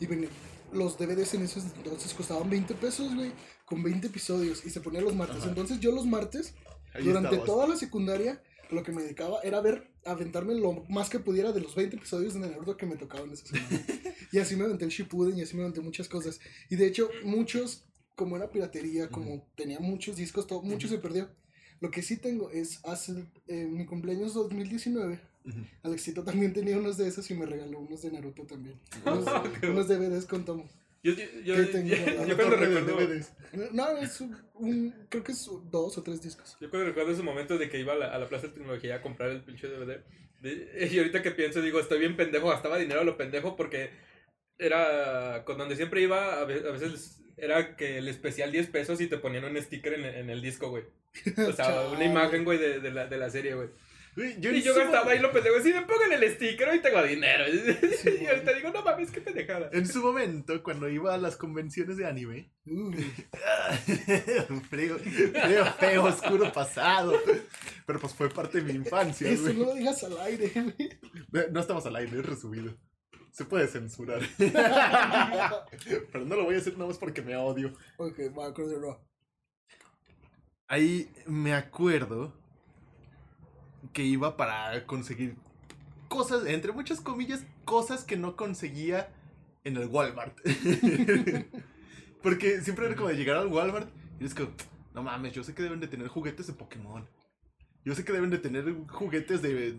Y ven- los DVDs en esos entonces costaban 20 pesos, güey, con 20 episodios. Y se ponía los martes. Ajá. Entonces yo los martes, Ahí durante estabas. toda la secundaria, lo que me dedicaba era ver, aventarme lo más que pudiera de los 20 episodios de Naruto que me tocaban esa semana. y así me aventé el Shippuden y así me aventé muchas cosas. Y de hecho, muchos, como era piratería, como tenía muchos discos, todo, mucho se perdió. Lo que sí tengo es, hace eh, mi cumpleaños 2019, Ujú. Alexito también tenía unos de esos y me regaló unos de Naruto también. Unos, Ah, unos DVDs con tomo. Yo, yo, yo, ¿Qué tengo? yo- yo La cuando torre de recuerdo, DVDs. No, es un, un- creo que es dos o tres discos. yo cuando recuerdo ese momento de que iba a la, a la Plaza de Tecnología a comprar el pinche DVD. de- y ahorita que pienso, digo, estoy bien pendejo, gastaba dinero a lo pendejo porque era con donde siempre iba, a ve- a veces era que el especial 10 pesos y te ponían un sticker en, en el disco, güey. O sea, una Chale. imagen, güey, de, de la, de la serie, güey. Güey, Y yo sí me- gastaba ahí lo pendejo. Sí, me pongan el sticker, hoy tengo dinero. y güey. ahorita digo, no mames, qué pendejada. En su momento, cuando iba a las convenciones de anime, Uy, frío, frío, feo, oscuro pasado. Pero pues fue parte de mi infancia, eso güey. no lo digas al aire, güey. Eh, No estamos al aire, es resumido. Se puede censurar. Pero no lo voy a hacer nada más porque me odio. Ok, va, Cross the Raw. Ahí me acuerdo que iba para conseguir cosas, entre muchas comillas, cosas que no conseguía en el Walmart. Porque siempre era como de llegar al Walmart y es como, no mames, yo sé que deben de tener juguetes de Pokémon. Yo sé que deben de tener juguetes de,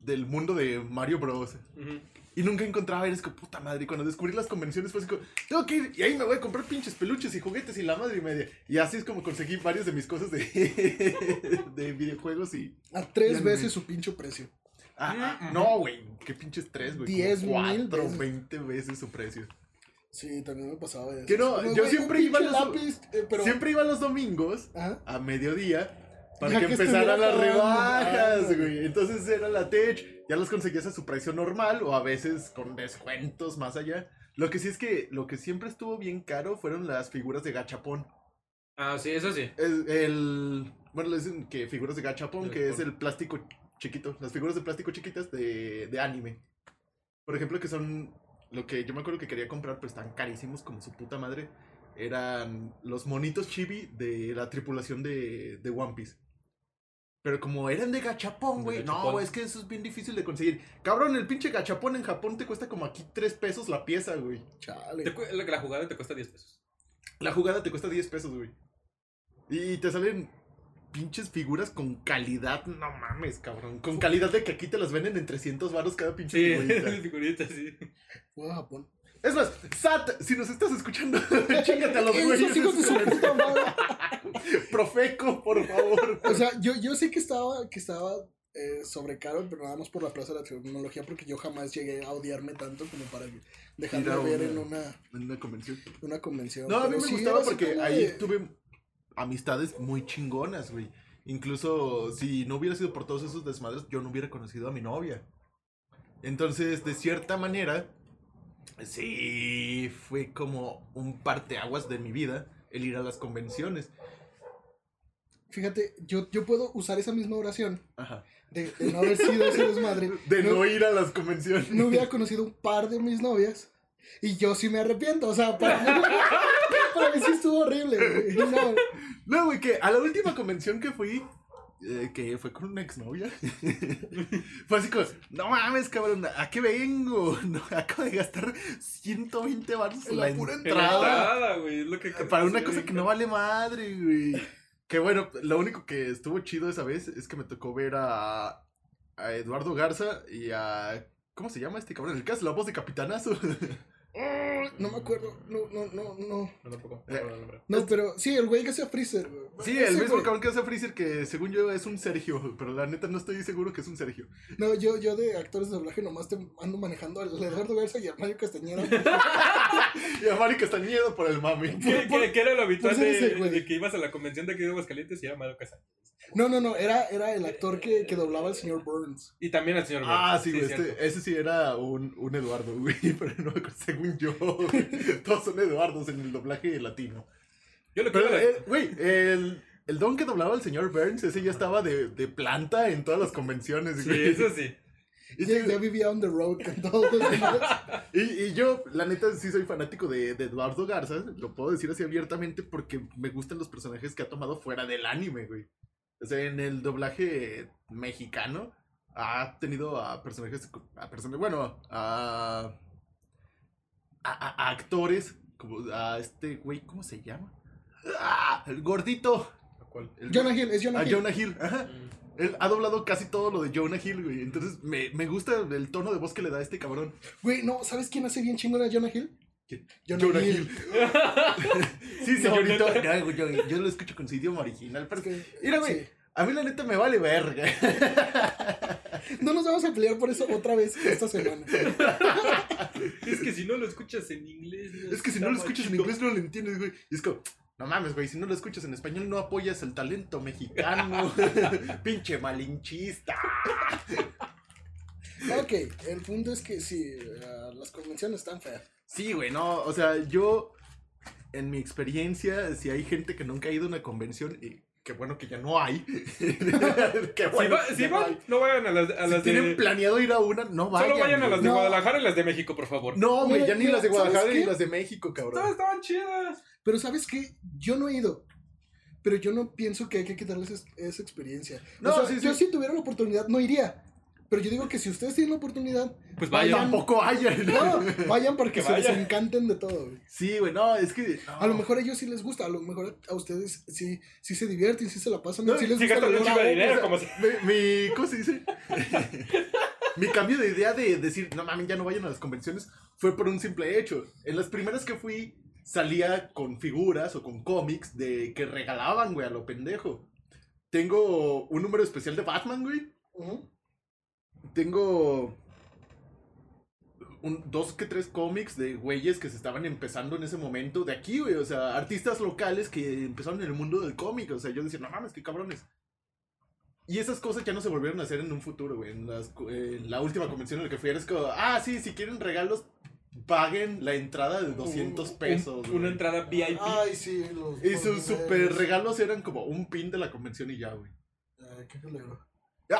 del mundo de Mario Bros. Ujú. Y nunca encontraba, eres que puta madre. Y cuando descubrí las convenciones fue así como, tengo que ir y ahí me voy a comprar pinches peluches y juguetes y la madre y media. Y así es como conseguí varias de mis cosas de, de videojuegos y... A Ya tres no veces me- su pinche precio. Ah, ah, no, güey, qué pinches tres, güey. como Diez mil Cuatro, veces. veinte veces su precio. Sí, también me pasaba de eso. Que no, yo siempre iba a los- lápiz, eh, pero... Siempre iba los domingos Ajá. a mediodía para Ya que, que estuviera empezaran las acabando, rebajas, madre. güey. Entonces era la tech, ya los conseguías a su precio normal o a veces con descuentos más allá. Lo que sí es que lo que siempre estuvo bien caro fueron las figuras de gachapón. Ah, sí, eso sí. El, el- bueno, le dicen que figuras de gachapón, El que es gachapón. el plástico chiquito, las figuras de plástico chiquitas de, de anime. Por ejemplo, que son lo que yo me acuerdo que quería comprar, pero están carísimos como su puta madre. Eran los monitos chibi de la tripulación de, de One Piece. Pero como eran de gachapón, De güey. No, gachapón. güey, es que eso es bien difícil de conseguir. Cabrón, el pinche gachapón en Japón te cuesta como aquí 3 pesos la pieza, güey. Chale. Te cu- la, la jugada te cuesta 10 pesos. La jugada te cuesta 10 pesos, güey. Y te salen pinches figuras con calidad, no mames, cabrón. Con calidad de que aquí te las venden en 300 varos cada pinche Sí, figurita. figuritas, sí. Fue a Japón. Es más, Sat, si nos estás escuchando, chingate a los Esos hijos de güeyes. su puta madre. Profeco, por favor. O sea, yo, yo sé que estaba, que estaba eh, sobrecaro, pero nada más por la plaza de la tecnología, porque yo jamás llegué a odiarme tanto como para dejarme Ir a ver una- en una, En una convención. una convención. No, a mí Pero me sí gustaba era así porque como ahí de- tuve amistades muy chingonas, güey. Incluso si no hubiera sido por todos esos desmadres, yo no hubiera conocido a mi novia. Entonces, de cierta manera, sí fue como un parteaguas de mi vida el ir a las convenciones. Fíjate, yo, yo puedo usar esa misma oración Ajá. de, de no haber sido ese desmadre. De no, ir a las convenciones. no hubiera conocido un par de mis novias. Y yo sí me arrepiento. O sea, para mí, para mí sí estuvo horrible. güey. No, No, güey, que a la última convención que fui, eh, que fue con una exnovia, fue así como, no mames, cabrón, ¿a qué vengo? No, acabo de gastar 120 baros en En la la pura En la entrada. entrada, güey. Es lo que. Para una cosa que no vale madre, güey. Que bueno, lo único que estuvo chido esa vez es que me tocó ver a, a Eduardo Garza y a... ¿Cómo se llama este cabrón? El caso, la voz de Capitanazo. no me acuerdo. No, no, no, no. No, tampoco. No, recuerdo el nombre. No, pero sí, el güey que hacía Freezer. güey. Sí, Ese el mismo güey. cabrón que hace Freezer, que según yo es un Sergio, pero la neta no estoy seguro que es un Sergio. No, yo, yo de actores de doblaje nomás te ando manejando al Eduardo Garza y al Mario Castañeda. Y a Mari Castañeda por el mami. ¿Qué, qué, qué era lo habitual por ser de, ese, güey. de que ibas a la convención de aquí de Aguascalientes y era Mario Casal? No, no, no, era, era el actor que, que doblaba al señor Burns. Y también al señor Ah, Burns, sí, güey. es este- cierto. ese sí era un, un Eduardo, güey. Pero no, según yo, güey, todos son Eduardos en el doblaje latino. Yo lo Pero, quiero. eh, güey, el, el don que doblaba el señor Burns, ese ya estaba de, de planta en todas las convenciones, Sí, güey. eso sí. Y, Ya, ya vivía on the road con todos los demás. y- y yo, la neta, sí soy fanático de, de Eduardo Garza. Lo puedo decir así abiertamente porque me gustan los personajes que ha tomado fuera del anime, güey. O sea, en el doblaje mexicano ha tenido a personajes, a personas, bueno, a, a, a- a actores, como a este güey, ¿cómo se llama? ¡Ah! El gordito. ¿A cuál? El- Jonah Hill, es Jonah a Hill. Jonah Hill. Ajá. Él ha doblado casi todo lo de Jonah Hill, güey. Entonces me, me gusta el tono de voz que le da este cabrón. Güey, no, ¿sabes quién hace bien chingón a Jonah Hill? ¿Quién? Jonah, Hill. sí, señorito. No, No, güey, yo, yo lo escucho con su idioma original. Pero es que, mira, güey, Sí. a mí la neta me vale verga. No nos vamos a pelear por eso otra vez esta semana. Es que si no lo escuchas en inglés. Es que si no lo escuchas en inglés no lo entiendes, güey. Y es como, no mames, güey, si no lo escuchas en español no apoyas el talento mexicano. Pinche malinchista. Ok, el punto es que sí, eh, las convenciones están feas. Sí, güey, no, o sea, yo, en mi experiencia, si hay gente que nunca ha ido a una convención, y qué bueno que ya no hay. qué Si, bueno va- que si ya no van, hay. no vayan a las, a Si las tienen de. planeado ir a una, no vayan. solo vayan a las de No. güey. Guadalajara y las de México, por favor. No, güey, ya ni Mira, las de mira, ¿sabes Guadalajara ni qué? las de México, cabrón. Todas estaban chidas. Pero ¿sabes qué? Yo no he ido. Pero yo no pienso que hay que quitarles es- esa experiencia. No, O sea, sí, sí. yo si tuviera la oportunidad, no iría. Pero yo digo que si ustedes tienen la oportunidad, Pues vayan. vayan. Tampoco hayan. no, vayan porque Que se les vayan. encanten de todo. güey. Sí, güey, no, es que. no. A lo mejor a ellos sí les gusta, a lo mejor a ustedes sí, sí se divierten, sí se la pasan, No, sí les sí gusta gastan la un bola. chingo de O sea, dinero, como si. Mi, mi- ¿Cómo se dice? mi cambio de idea de decir, no mames, ya no vayan a las convenciones, fue por un simple hecho. En las primeras que fui, salía con figuras o con cómics de que regalaban, güey, a lo pendejo. Tengo un número especial de Batman, güey. Ujú. Tengo un- dos que tres cómics de güeyes que se estaban empezando en ese momento de aquí, güey. O sea, artistas locales que empezaron en el mundo del cómic. O sea, yo decía, no mames, qué cabrones. Y esas cosas ya no se volvieron a hacer en un futuro, güey. En, las co- en la última convención en la que fui, eres como, ah, sí, si quieren regalos, paguen la entrada de 200 pesos. Un- güey". una entrada VIP. Ay, sí. Los, Y los sus niveles. super regalos eran como un pin de la convención y ya, güey. Ay, qué culero.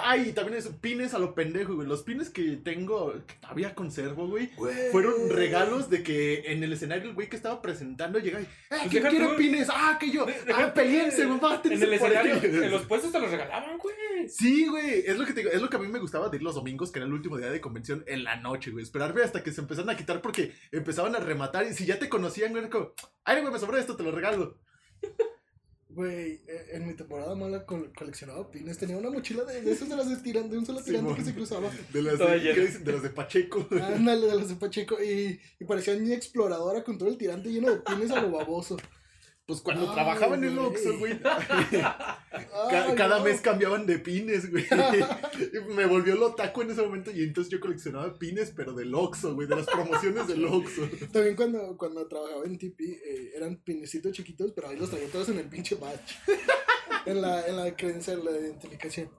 Ay, y también es pines a lo pendejo, güey. Los pines que tengo, que todavía conservo, güey. Fueron regalos de que en el escenario el güey que estaba presentando llega y, ¡eh, ¿quién Pues deja quiere tú- pines? ¡Ah, que yo! deja ¡Ah, tú- peleense, maten En el escenario, en los puestos te los regalaban, güey. Sí, güey, es lo que te digo, es lo que a mí me gustaba de ir los domingos, que era el último día de convención en la noche, güey. Esperarme hasta que se empezaron a quitar porque empezaban a rematar y si ya te conocían, güey, era como, ay, güey, me sobró esto, te lo regalo. Güey, eh, en mi temporada mala col- coleccionaba pines. Tenía una mochila de, de esas de las de tiran- de un solo tirante Simón. que se cruzaba. De las Todo de, ¿qué lleno. Ah. dicen? De las de Pacheco. Ándale, de las de Pacheco. Y, y parecía mi exploradora con todo el tirante lleno de pines a lo baboso. Pues cuando Ay, trabajaban en el güey. Oxxo, güey. ca- cada mes cambiaban de pines, güey. Y me volvió lo taco en ese momento y entonces yo coleccionaba pines, pero del Oxxo, güey, de las promociones del Oxxo. También cuando, cuando trabajaba en Tipi, eh, eran pinecitos chiquitos, pero ahí los traía todos en el pinche batch. en, la, en la creencia, en la identificación.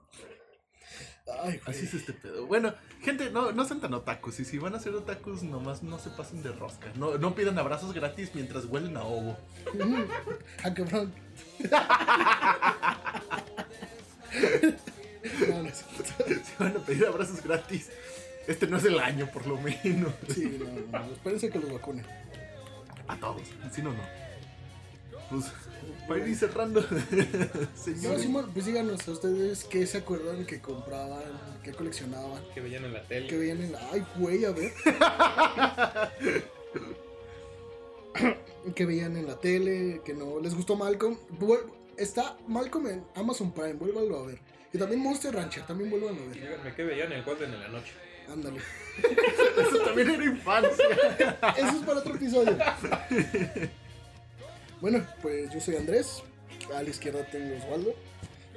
Ay, güey. Así es este pedo. Bueno, gente, no, no sean tan otakus. Y si van a ser otakus, nomás no se pasen de rosca. No, no pidan abrazos gratis mientras huelen a ovo. Mm. Ah, cabrón. no, no es cierto. Si van a pedir abrazos gratis, este no es el año, por lo menos. Sí, no, no, no. Espérense que los vacunen. A todos, si no, no. Pues, para ir cerrando, No, señor. Simón, pues díganos a ustedes qué se acuerdan que compraban, qué coleccionaban, Que veían en la qué tele. veían en la. Ay, güey, a ver. que veían en la tele, que no les gustó Malcolm. Vuel- Está Malcolm en Amazon Prime, vuélvanlo a ver. Y también Monster Rancher, también vuélvanlo a Y ver. díganme qué veían en el 4 en la noche. Ándale. Eso también era infancia. Eso es para otro episodio. Bueno, pues yo soy Andrés. A la izquierda tengo Osvaldo.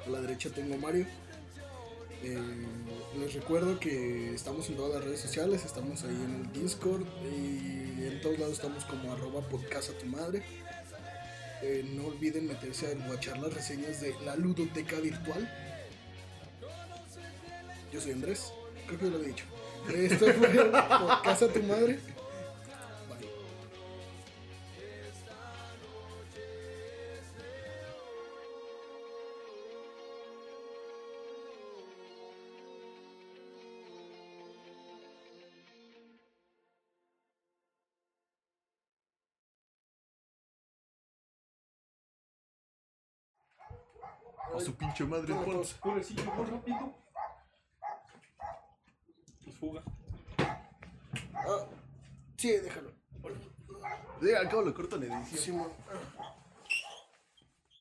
A la derecha tengo Mario. Eh, les recuerdo que estamos en todas las redes sociales. Estamos ahí en el Discord. Y en todos lados estamos como arroba podcast a tu madre. Eh, no olviden meterse a guachar las reseñas de la ludoteca virtual. Yo soy Andrés. Creo que ya lo había dicho. Esto fue podcast a tu madre. Bye. O su pinche madre. Juan. Pobrecillo, muy rápido. Pues fuga. Ah, sí, déjalo. Sí, al cabo lo corto en edición. Simón. Ah.